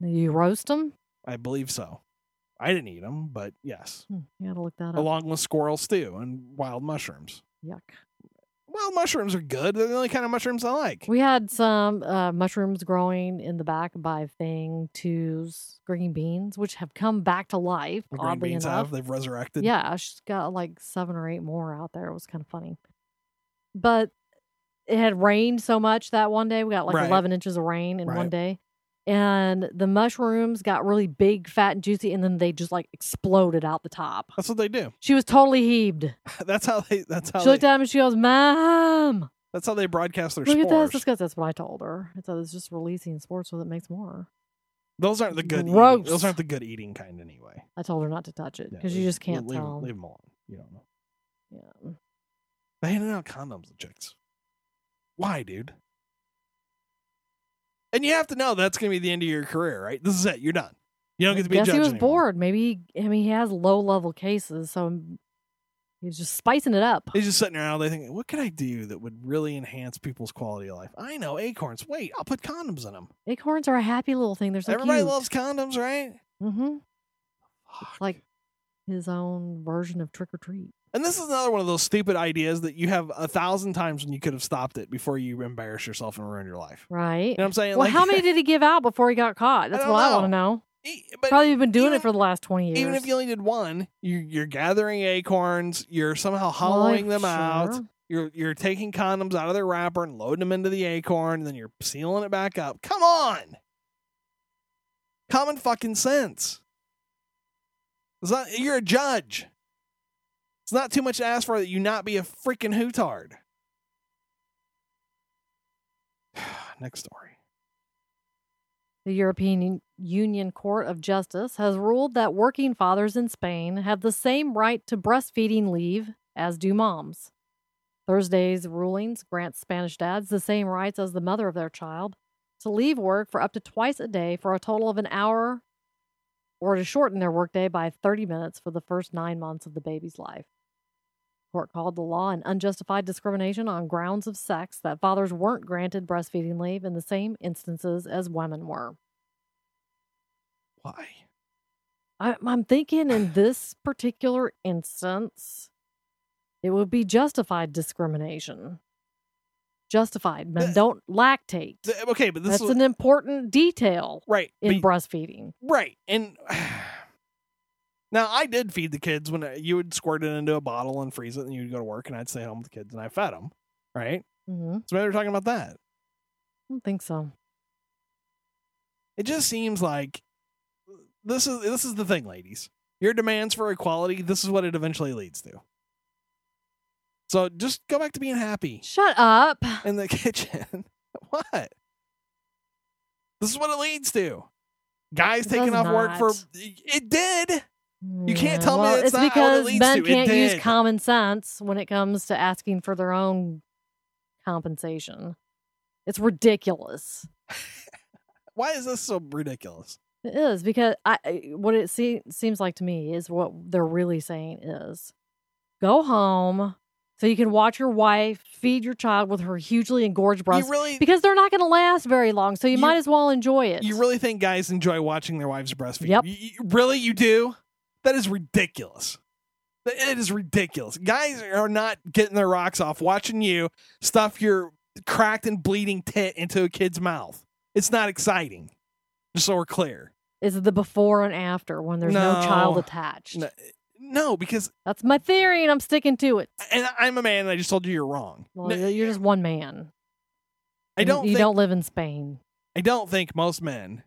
[SPEAKER 4] you roast them?
[SPEAKER 3] I believe so. I didn't eat them, but yes,
[SPEAKER 4] Hmm, you got to look that up.
[SPEAKER 3] along with squirrel stew and wild mushrooms.
[SPEAKER 4] Yuck.
[SPEAKER 3] Wild mushrooms are good. They're the only kind of mushrooms I like.
[SPEAKER 4] We had some uh, mushrooms growing in the back by Thing Two's green beans, which have come back to life,
[SPEAKER 3] The green
[SPEAKER 4] oddly
[SPEAKER 3] beans
[SPEAKER 4] enough.
[SPEAKER 3] have. They've resurrected.
[SPEAKER 4] yeah, she's got like seven or eight more out there. It was kind of funny. But it had rained so much that one day we got like
[SPEAKER 3] Right.
[SPEAKER 4] 11 inches of rain in one
[SPEAKER 3] Right.
[SPEAKER 4] day. And the mushrooms got really big, fat, and juicy, and then they just like exploded out the top.
[SPEAKER 3] That's what they do. <laughs>
[SPEAKER 4] She was totally heaved.
[SPEAKER 3] That's how they. That's how.
[SPEAKER 4] she
[SPEAKER 3] They,
[SPEAKER 4] looked at him and she goes, Mom,
[SPEAKER 3] that's how they broadcast their
[SPEAKER 4] look at this.
[SPEAKER 3] spores.
[SPEAKER 4] That's because that's what I told her. I said, it's just releasing sports so that makes more.
[SPEAKER 3] Those aren't the good. Eating,
[SPEAKER 4] Gross.
[SPEAKER 3] those aren't the good eating kind anyway.
[SPEAKER 4] I told her not to touch it
[SPEAKER 3] Yeah,
[SPEAKER 4] because you
[SPEAKER 3] leave-
[SPEAKER 4] just can't
[SPEAKER 3] leave,
[SPEAKER 4] tell.
[SPEAKER 3] Leave them alone. You don't know.
[SPEAKER 4] Yeah.
[SPEAKER 3] They handed out condoms to chicks. Why, dude? And you have to know that's going to be the end of your career, right? This is it. You're done. You don't
[SPEAKER 4] I
[SPEAKER 3] get to be a
[SPEAKER 4] guess
[SPEAKER 3] judge
[SPEAKER 4] he was
[SPEAKER 3] anymore.
[SPEAKER 4] bored. Maybe he, I mean he has low level cases, so he's just spicing it up.
[SPEAKER 3] He's just sitting around. They think, what could I do that would really enhance people's quality of life? I know acorns. Wait, I'll put condoms in them.
[SPEAKER 4] Acorns are a happy little thing. They're so
[SPEAKER 3] Everybody
[SPEAKER 4] cute.
[SPEAKER 3] loves condoms, right?
[SPEAKER 4] hmm
[SPEAKER 3] Fuck.
[SPEAKER 4] like his own version of trick or treat.
[SPEAKER 3] And this is another one of those stupid ideas that you have a thousand times when you could have stopped it before you embarrass yourself and ruin your life.
[SPEAKER 4] right?
[SPEAKER 3] You know what I'm saying?
[SPEAKER 4] well,
[SPEAKER 3] Like-
[SPEAKER 4] how
[SPEAKER 3] <laughs>
[SPEAKER 4] many did he give out before he got caught? That's
[SPEAKER 3] don't
[SPEAKER 4] what I want to know.
[SPEAKER 3] e, But
[SPEAKER 4] Probably been doing
[SPEAKER 3] even-
[SPEAKER 4] it for the last twenty years.
[SPEAKER 3] even if you only did one, you, you're gathering acorns, you're somehow hollowing
[SPEAKER 4] Well,
[SPEAKER 3] them out,
[SPEAKER 4] sure.
[SPEAKER 3] you're you're taking condoms out of their wrapper and loading them into the acorn, and then you're sealing it back up. Come on, common fucking sense. It's not you're a judge. It's not too much to ask for that you not be a freaking hootard. <sighs> Next story.
[SPEAKER 4] The European Un- Union Court of Justice has ruled that working fathers in Spain have the same right to breastfeeding leave as do moms. Thursday's rulings grant Spanish dads the same rights as the mother of their child to leave work for up to twice a day for a total of an hour or to shorten their workday by 30 minutes for the first nine months of the baby's life. Court called the law an unjustified discrimination on grounds of sex that fathers weren't granted breastfeeding leave in the same instances as women were.
[SPEAKER 3] Why?
[SPEAKER 4] I, I'm thinking in this particular instance, it would be justified discrimination. Justified. Men
[SPEAKER 3] Th-
[SPEAKER 4] don't lactate.
[SPEAKER 3] Th- Okay, but this
[SPEAKER 4] That's
[SPEAKER 3] is
[SPEAKER 4] an important detail
[SPEAKER 3] right.
[SPEAKER 4] in
[SPEAKER 3] but-
[SPEAKER 4] breastfeeding.
[SPEAKER 3] Right. And <sighs> now I did feed the kids when uh, you would squirt it into a bottle and freeze it, and you'd go to work, and I'd stay home with the kids and I fed them. Right.
[SPEAKER 4] hmm I
[SPEAKER 3] So maybe we're talking about that.
[SPEAKER 4] don't think so.
[SPEAKER 3] It just seems like this is this is the thing, ladies. Your demands for equality. This is what it eventually leads to. So just go back to being
[SPEAKER 4] <sighs>
[SPEAKER 3] happy
[SPEAKER 4] Shut up.
[SPEAKER 3] in the <laughs> kitchen. what? This is what it leads to. Guys
[SPEAKER 4] It
[SPEAKER 3] taking
[SPEAKER 4] does
[SPEAKER 3] off work for
[SPEAKER 4] not.
[SPEAKER 3] it did.
[SPEAKER 4] You
[SPEAKER 3] can't tell me
[SPEAKER 4] well,
[SPEAKER 3] that's
[SPEAKER 4] it's
[SPEAKER 3] not what it
[SPEAKER 4] because
[SPEAKER 3] leads
[SPEAKER 4] men
[SPEAKER 3] to. It
[SPEAKER 4] can't use
[SPEAKER 3] did.
[SPEAKER 4] common sense when it comes to asking for their own compensation. It's ridiculous.
[SPEAKER 3] Why is this so ridiculous?
[SPEAKER 4] It is because I I- what it se- seems like to me is what they're really saying is go home so you can watch your wife feed your child with her hugely engorged breasts
[SPEAKER 3] You really,
[SPEAKER 4] because they're not going to last very long. So you,
[SPEAKER 3] You-
[SPEAKER 4] might as well enjoy it.
[SPEAKER 3] you really think guys enjoy watching their wives breastfeed?
[SPEAKER 4] Yep.
[SPEAKER 3] You, you- really, you do? That is ridiculous. That- It is ridiculous. Guys are not getting their rocks off watching you stuff your cracked and bleeding tit into a kid's mouth. It's not exciting. Just so we're clear.
[SPEAKER 4] is the before and after when there's no, child
[SPEAKER 3] No.
[SPEAKER 4] attached.
[SPEAKER 3] No, no, because
[SPEAKER 4] That's my theory, and I'm sticking to it.
[SPEAKER 3] and I'm a man, and I just told you you're wrong.
[SPEAKER 4] Well,
[SPEAKER 3] No,
[SPEAKER 4] you're- you're just one man.
[SPEAKER 3] I
[SPEAKER 4] You-
[SPEAKER 3] don't.
[SPEAKER 4] You
[SPEAKER 3] think,
[SPEAKER 4] don't live in Spain.
[SPEAKER 3] I don't think most men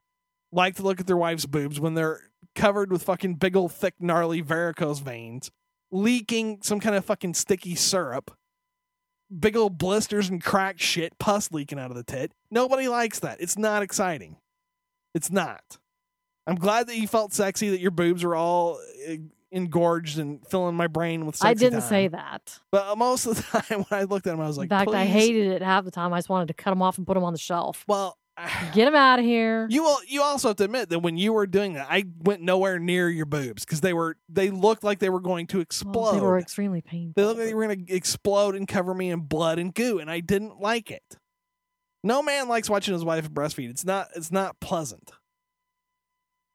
[SPEAKER 3] like to look at their wife's boobs when they're covered with fucking big old thick gnarly varicose veins, leaking some kind of fucking sticky syrup, big old blisters and cracked shit, pus leaking out of the tit. Nobody likes that. It's not exciting. It's not. I'm glad that you felt sexy that your boobs were all eh, engorged and filling my brain with sexy
[SPEAKER 4] I didn't
[SPEAKER 3] time.
[SPEAKER 4] say that.
[SPEAKER 3] But most of the <laughs> time when I looked at them, I was like,
[SPEAKER 4] in fact, I
[SPEAKER 3] "Please."
[SPEAKER 4] hated it half the time. I just wanted to cut them off and put them on the shelf.
[SPEAKER 3] Well,
[SPEAKER 4] Get them out of here.
[SPEAKER 3] You all, you also have to admit that when you were doing that, I went nowhere near your boobs because they were they looked like they were going to explode.
[SPEAKER 4] Well, they
[SPEAKER 3] they,
[SPEAKER 4] were extremely painful.
[SPEAKER 3] looked like they were going to explode and cover me in blood and goo, and I didn't like it. No man likes watching his wife breastfeed. It's not it's not pleasant.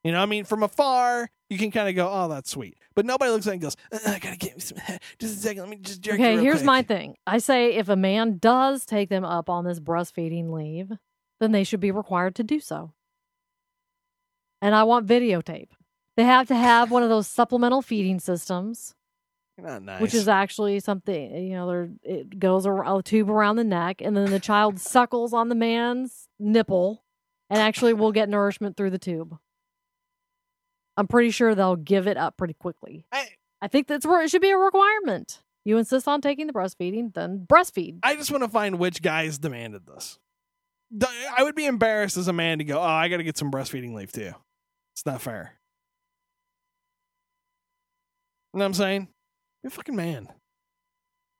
[SPEAKER 3] You know, I mean, from afar you can kind of go, "Oh, that's sweet," but nobody looks at it and goes, "Uh, "I gotta get me some." <laughs> Just a second, let me just jerk. you
[SPEAKER 4] okay,
[SPEAKER 3] real
[SPEAKER 4] here's
[SPEAKER 3] quick."
[SPEAKER 4] my thing. I say if a man does take them up on this breastfeeding leave, then they should be required to do so. And I want videotape. They have to have one of those supplemental feeding systems,
[SPEAKER 3] You're not nice.
[SPEAKER 4] which is actually something you know. There, it goes around, a tube around the neck, and then the child suckles on the man's nipple, and actually will get nourishment through the tube. I'm pretty sure they'll give it up pretty quickly.
[SPEAKER 3] I,
[SPEAKER 4] I think that's where it should be a requirement. You insist on taking the breastfeeding, then breastfeed.
[SPEAKER 3] I just want to find which guys demanded this. D- I would be embarrassed as a man to go, oh, I got to get some breastfeeding leave too. It's not fair. You know what I'm saying? You're a fucking man.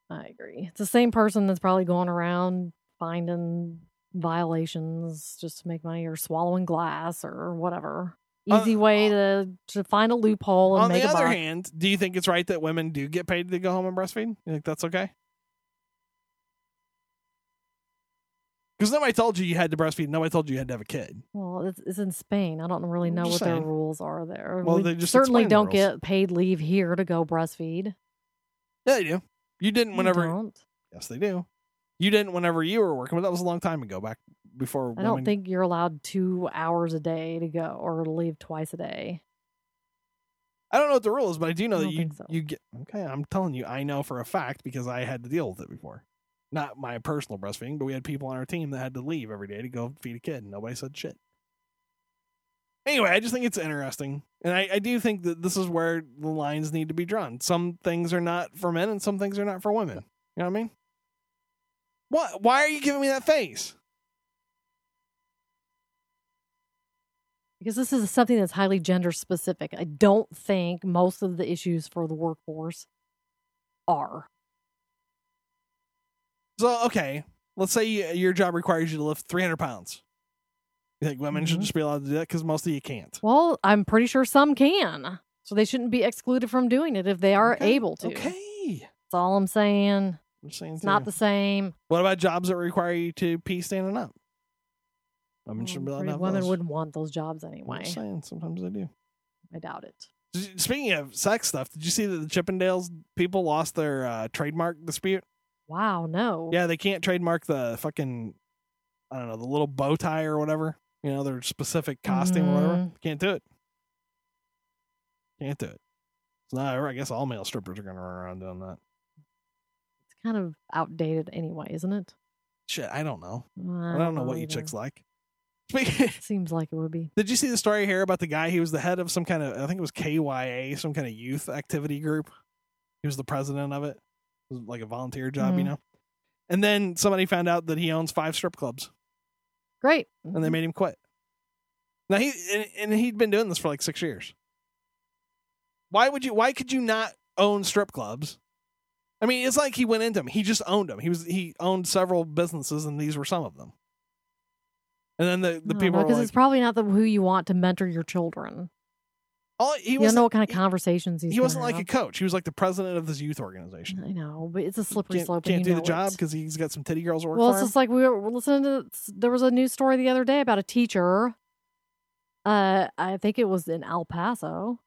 [SPEAKER 4] I agree. It's the same person that's probably going around finding violations just to make money or swallowing glass or whatever.
[SPEAKER 3] Uh,
[SPEAKER 4] Easy way to, to find a loophole and
[SPEAKER 3] On
[SPEAKER 4] make
[SPEAKER 3] the
[SPEAKER 4] a
[SPEAKER 3] other
[SPEAKER 4] buck.
[SPEAKER 3] hand, do you think it's right that women do get paid to go home and breastfeed? You think that's okay? Because nobody told you you had to breastfeed. Nobody told you you had to have a kid.
[SPEAKER 4] well, it's, it's in Spain. I don't really know
[SPEAKER 3] I'm
[SPEAKER 4] what
[SPEAKER 3] just
[SPEAKER 4] their
[SPEAKER 3] saying.
[SPEAKER 4] rules are there.
[SPEAKER 3] Well,
[SPEAKER 4] we
[SPEAKER 3] they just
[SPEAKER 4] certainly
[SPEAKER 3] explained the
[SPEAKER 4] don't
[SPEAKER 3] rules.
[SPEAKER 4] get paid leave here to go breastfeed.
[SPEAKER 3] Yeah, they do. You didn't
[SPEAKER 4] You
[SPEAKER 3] whenever.
[SPEAKER 4] don't.
[SPEAKER 3] Yes, they do. You didn't whenever you were working, but that was a long time ago, back before.
[SPEAKER 4] I don't
[SPEAKER 3] women-
[SPEAKER 4] think you're allowed two hours a day to go or leave twice a day.
[SPEAKER 3] I don't know what the rule is, but I do know
[SPEAKER 4] I
[SPEAKER 3] that
[SPEAKER 4] don't
[SPEAKER 3] you
[SPEAKER 4] think so.
[SPEAKER 3] you get okay. I'm telling you, I know for a fact because I had to deal with it before. Not my personal breastfeeding, but we had people on our team that had to leave every day to go feed a kid, and nobody said shit. Anyway, I just think it's interesting, and I, I do think that this is where the lines need to be drawn. Some things are not for men, and some things are not for women. You know what I mean? What? Why are you giving me that face?
[SPEAKER 4] Because this is something that's highly gender specific. I don't think most of the issues for the workforce are.
[SPEAKER 3] So okay, let's say you, your job requires you to lift 300 pounds. You think women should
[SPEAKER 4] Mhm.
[SPEAKER 3] just be allowed to do that because most of you can't.
[SPEAKER 4] Well, I'm pretty sure some can. So they shouldn't be excluded from doing it if they are
[SPEAKER 3] Okay,
[SPEAKER 4] able to.
[SPEAKER 3] Okay.
[SPEAKER 4] That's all I'm saying.
[SPEAKER 3] I'm just saying
[SPEAKER 4] It's
[SPEAKER 3] too.
[SPEAKER 4] not the same.
[SPEAKER 3] what about jobs that require you to pee standing up? Women shouldn't be
[SPEAKER 4] Well,
[SPEAKER 3] allowed
[SPEAKER 4] Mm, pretty-
[SPEAKER 3] to have
[SPEAKER 4] women
[SPEAKER 3] those.
[SPEAKER 4] wouldn't want those jobs
[SPEAKER 3] I'm
[SPEAKER 4] anyway.
[SPEAKER 3] just saying, sometimes they do.
[SPEAKER 4] I doubt it.
[SPEAKER 3] S- Speaking of sex stuff, did you see that the Chippendales people lost their uh, trademark dispute?
[SPEAKER 4] Wow, no.
[SPEAKER 3] Yeah, they can't trademark the fucking, I don't know, the little bow tie or whatever. You know, their specific costume or whatever.
[SPEAKER 4] Mm.
[SPEAKER 3] Can't do it. Can't do it. It's not. I guess all male strippers are going to run around doing that.
[SPEAKER 4] It's kind of outdated anyway, isn't it?
[SPEAKER 3] Shit, I don't know.
[SPEAKER 4] I don't,
[SPEAKER 3] I don't, know what you
[SPEAKER 4] either.
[SPEAKER 3] chicks like. <laughs> Speaking,
[SPEAKER 4] Seems like it would be.
[SPEAKER 3] <laughs> Did you see the story here about the guy? He was the head of some kind of, I think it was KYA, some kind of youth activity group. He was the president of it. It was like a volunteer job, you
[SPEAKER 4] Mhm.
[SPEAKER 3] know? And then somebody found out that he owns five strip clubs
[SPEAKER 4] Great.
[SPEAKER 3] and they made him quit. Now he, and, and he'd been doing this for like six years. Why would you, why could you not own strip clubs? I mean, it's like he went into them. He just owned them. He was, he owned several businesses and these were some of them. And then the, the people were
[SPEAKER 4] because
[SPEAKER 3] like,
[SPEAKER 4] Oh, it's probably not the who you want to mentor your children.
[SPEAKER 3] oh, he
[SPEAKER 4] You
[SPEAKER 3] was
[SPEAKER 4] don't know what kind of
[SPEAKER 3] he-
[SPEAKER 4] conversations he's.
[SPEAKER 3] he wasn't
[SPEAKER 4] gonna
[SPEAKER 3] like a coach. He was like the president of this youth organization.
[SPEAKER 4] have. I know, but it's a slippery
[SPEAKER 3] can't
[SPEAKER 4] slope. and
[SPEAKER 3] can't
[SPEAKER 4] you
[SPEAKER 3] do the
[SPEAKER 4] know it.
[SPEAKER 3] job because he's got some titty girls who work
[SPEAKER 4] Well,
[SPEAKER 3] for
[SPEAKER 4] it's
[SPEAKER 3] him.
[SPEAKER 4] just like we were we're listening to. There was a news story the other day about a teacher. Uh, I think it was in El Paso,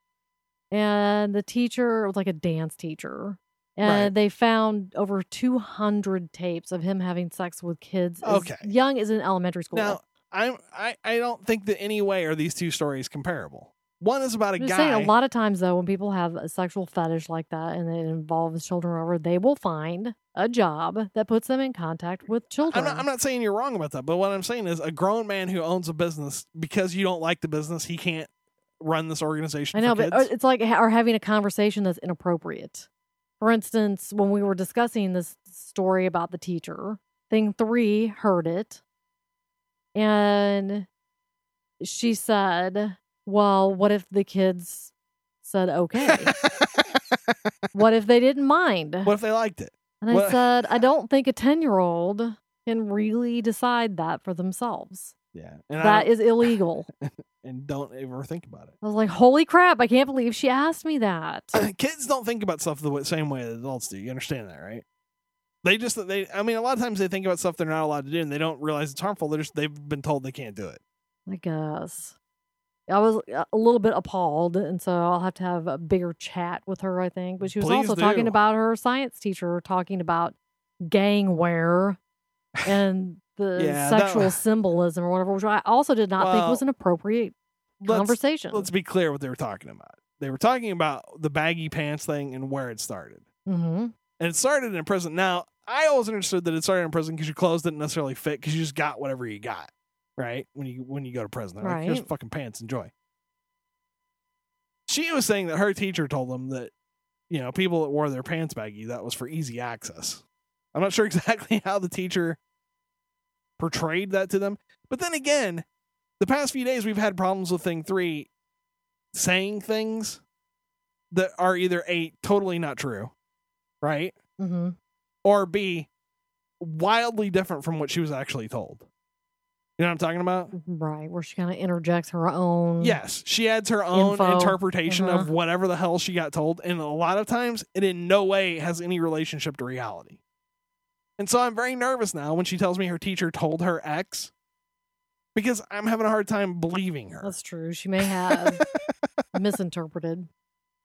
[SPEAKER 4] and the teacher it was like a dance teacher, and
[SPEAKER 3] Right.
[SPEAKER 4] they found over two hundred tapes of him having sex with kids. as
[SPEAKER 3] Okay.
[SPEAKER 4] young is in elementary school.
[SPEAKER 3] Now, I'm I, I don't think that any way are these two stories comparable. One is about a
[SPEAKER 4] I'm just
[SPEAKER 3] guy.
[SPEAKER 4] saying, a lot of times though, when people have a sexual fetish like that and it involves children or whatever, they will find a job that puts them in contact with
[SPEAKER 3] I'm
[SPEAKER 4] children.
[SPEAKER 3] not, I'm not saying you're wrong about that, but what I'm saying is a grown man who owns a business because you don't like the business, he can't run this organization.
[SPEAKER 4] I know,
[SPEAKER 3] for
[SPEAKER 4] but uh,
[SPEAKER 3] kids.
[SPEAKER 4] it's like ha- or having a conversation that's inappropriate. For instance, when we were discussing this story about the teacher, thing three heard it, and she said, "Well, what if the kids said okay?
[SPEAKER 3] <laughs>
[SPEAKER 4] what if they didn't mind?"
[SPEAKER 3] what if they liked it?
[SPEAKER 4] And I
[SPEAKER 3] Well-
[SPEAKER 4] said, I don't think a 10 year old can really decide that for themselves.
[SPEAKER 3] Yeah, and I
[SPEAKER 4] that
[SPEAKER 3] don't-
[SPEAKER 4] is illegal.
[SPEAKER 3] and don't ever think about
[SPEAKER 4] I was like, holy crap, I can't believe she asked me that.
[SPEAKER 3] it. <clears throat> Kids don't think about stuff the wa- same way that adults do. You understand that, right? they just they i mean a lot of times they think about stuff they're not allowed to do and they don't realize it's harmful they're just they've been told they can't do it
[SPEAKER 4] I guess. I was uh, a little bit appalled, and so I'll have to have a bigger chat with her, I think. But she was
[SPEAKER 3] Please
[SPEAKER 4] also talking
[SPEAKER 3] do.
[SPEAKER 4] about her science teacher talking about gangware and
[SPEAKER 3] <laughs>
[SPEAKER 4] the
[SPEAKER 3] Yeah, that <laughs>
[SPEAKER 4] sexual
[SPEAKER 3] wa-
[SPEAKER 4] symbolism or whatever, which I also did not think
[SPEAKER 3] Well,
[SPEAKER 4] was an appropriate
[SPEAKER 3] let's,
[SPEAKER 4] conversation.
[SPEAKER 3] let's be clear what they were talking about they were talking about the baggy pants thing and where it started
[SPEAKER 4] hmm
[SPEAKER 3] and it started in prison now i always understood that it started in prison because your clothes didn't necessarily fit because you just got whatever you got right when you when you go to prison They're like, here's
[SPEAKER 4] Right.
[SPEAKER 3] fucking pants enjoy she was saying that her teacher told them that you know people that wore their pants baggy that was for easy access i'm not <laughs> sure exactly how the teacher portrayed that to them but then again the past few days we've had problems with thing three saying things that are either a totally not true right
[SPEAKER 4] hmm
[SPEAKER 3] or b wildly different from what she was actually told you know what i'm talking about
[SPEAKER 4] Mm-hmm. Right, where she kind of interjects her own.
[SPEAKER 3] yes she adds her own
[SPEAKER 4] Info.
[SPEAKER 3] interpretation of
[SPEAKER 4] Uh-huh.
[SPEAKER 3] whatever the hell she got told and a lot of times it in no way has any relationship to reality and so i'm very nervous now when she tells me her teacher told her x because i'm having a hard time believing her
[SPEAKER 4] That's true. She may
[SPEAKER 3] <laughs>
[SPEAKER 4] have misinterpreted.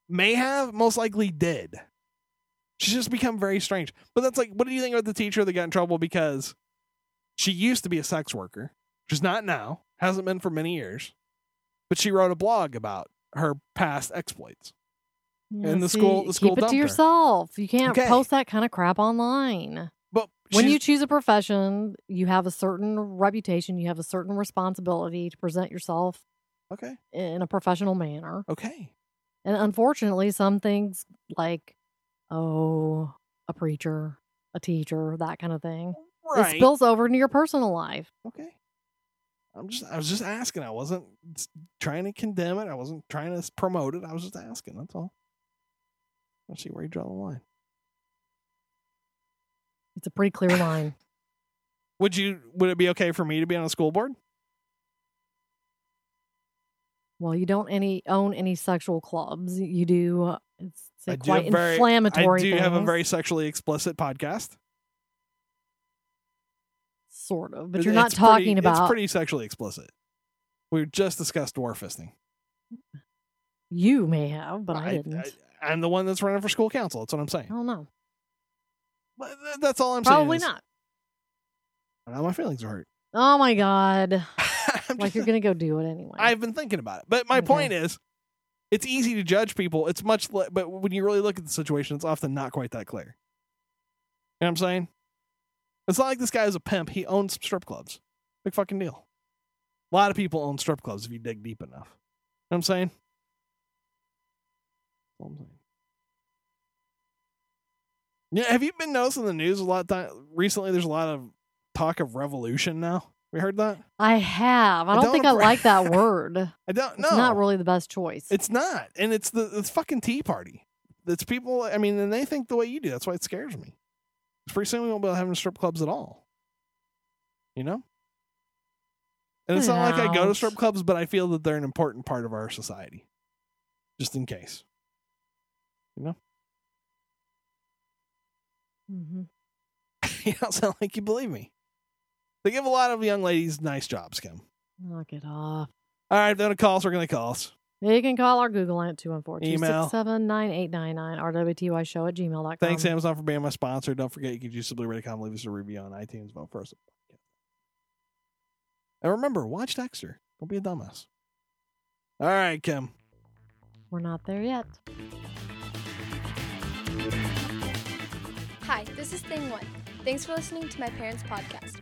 [SPEAKER 3] may have most likely did She's just become very strange. But that's like, what do you think about the teacher that got in trouble because she used to be a sex worker? She's not now, hasn't been for many years, but she wrote a blog about her past exploits.
[SPEAKER 4] Yeah,
[SPEAKER 3] And the school- the school
[SPEAKER 4] Keep it
[SPEAKER 3] dumped
[SPEAKER 4] to
[SPEAKER 3] her.
[SPEAKER 4] yourself. You can't
[SPEAKER 3] Okay.
[SPEAKER 4] post that kind of crap online.
[SPEAKER 3] But
[SPEAKER 4] When
[SPEAKER 3] she's-
[SPEAKER 4] you choose a profession, you have a certain reputation. You have a certain responsibility to present yourself
[SPEAKER 3] okay,
[SPEAKER 4] in a professional manner.
[SPEAKER 3] okay,
[SPEAKER 4] And unfortunately, some things like, oh, a preacher, a teacher, that kind of thing,
[SPEAKER 3] right,
[SPEAKER 4] it spills over into your personal life.
[SPEAKER 3] okay. I'm just, I was just asking. I wasn't s- trying to condemn it. I wasn't trying to s- promote it. I was just asking. That's all. Let's see where you draw the line.
[SPEAKER 4] It's a pretty clear line.
[SPEAKER 3] Would you? Would it be okay for me to be on a school board?
[SPEAKER 4] well, you don't any own any sexual clubs. You do. uh, It's, it's
[SPEAKER 3] I
[SPEAKER 4] a
[SPEAKER 3] do
[SPEAKER 4] quite
[SPEAKER 3] have very-
[SPEAKER 4] inflammatory.
[SPEAKER 3] I do have a
[SPEAKER 4] things.
[SPEAKER 3] very sexually explicit podcast,
[SPEAKER 4] sort of, but you're
[SPEAKER 3] It-
[SPEAKER 4] not
[SPEAKER 3] it's
[SPEAKER 4] talking
[SPEAKER 3] pretty-
[SPEAKER 4] about
[SPEAKER 3] It's pretty sexually explicit. We just discussed fisting,
[SPEAKER 4] you may have, but I, didn't. I,
[SPEAKER 3] I, am the one that's running for school council. That's what I'm saying.
[SPEAKER 4] don't know.
[SPEAKER 3] But th- That's all I'm
[SPEAKER 4] Probably
[SPEAKER 3] saying.
[SPEAKER 4] not.
[SPEAKER 3] not. Now my feelings are hurt. <laughs>
[SPEAKER 4] Oh my god!
[SPEAKER 3] I'm
[SPEAKER 4] Like
[SPEAKER 3] just-
[SPEAKER 4] you're gonna go do it anyway.
[SPEAKER 3] I've been thinking about it, but my
[SPEAKER 4] Okay.
[SPEAKER 3] point is, it's easy to judge people. It's much, le- but when you really look at the situation, it's often not quite that clear. You know what I'm saying? It's not like this guy is a pimp. He owns strip clubs. Big fucking deal. A lot of people own strip clubs if you dig deep enough. You know what I'm saying? That's all I'm saying. Yeah, have you been noticing the news a lot th- recently? There's a lot of talk of revolution now. We heard that?
[SPEAKER 4] I have. I
[SPEAKER 3] I
[SPEAKER 4] don't,
[SPEAKER 3] don't
[SPEAKER 4] think I
[SPEAKER 3] appro-
[SPEAKER 4] like
[SPEAKER 3] <laughs>
[SPEAKER 4] that word.
[SPEAKER 3] I don't know.
[SPEAKER 4] It's not really the best choice.
[SPEAKER 3] It's not, and it's the it's fucking Tea Party. It's people. I mean, and they think the way you do. That's why it scares me. 'Cause Pretty soon we won't be having strip clubs at all. You know. And it's
[SPEAKER 4] Get
[SPEAKER 3] not like I go to
[SPEAKER 4] out.
[SPEAKER 3] strip clubs, but I feel that they're an important part of our society, just in case. <laughs>
[SPEAKER 4] Mhm.
[SPEAKER 3] you don't sound like you believe me. They give a lot of young ladies nice jobs, Kim.
[SPEAKER 4] Knock it off.
[SPEAKER 3] All right, if they're gonna call us. We're gonna call us.
[SPEAKER 4] You can call or Google it at 214
[SPEAKER 3] Email.
[SPEAKER 4] 267 rwty show at gmail.com.
[SPEAKER 3] Thanks, Amazon, for being my sponsor. Don't forget, you can use subliterate.com, leave us a review on iTunes, vote for us. And remember, watch Dexter. Don't be a dumbass. All right, Kim.
[SPEAKER 4] We're not there yet.
[SPEAKER 2] Hi, this is Thing One. Thanks for listening to my parents' podcast.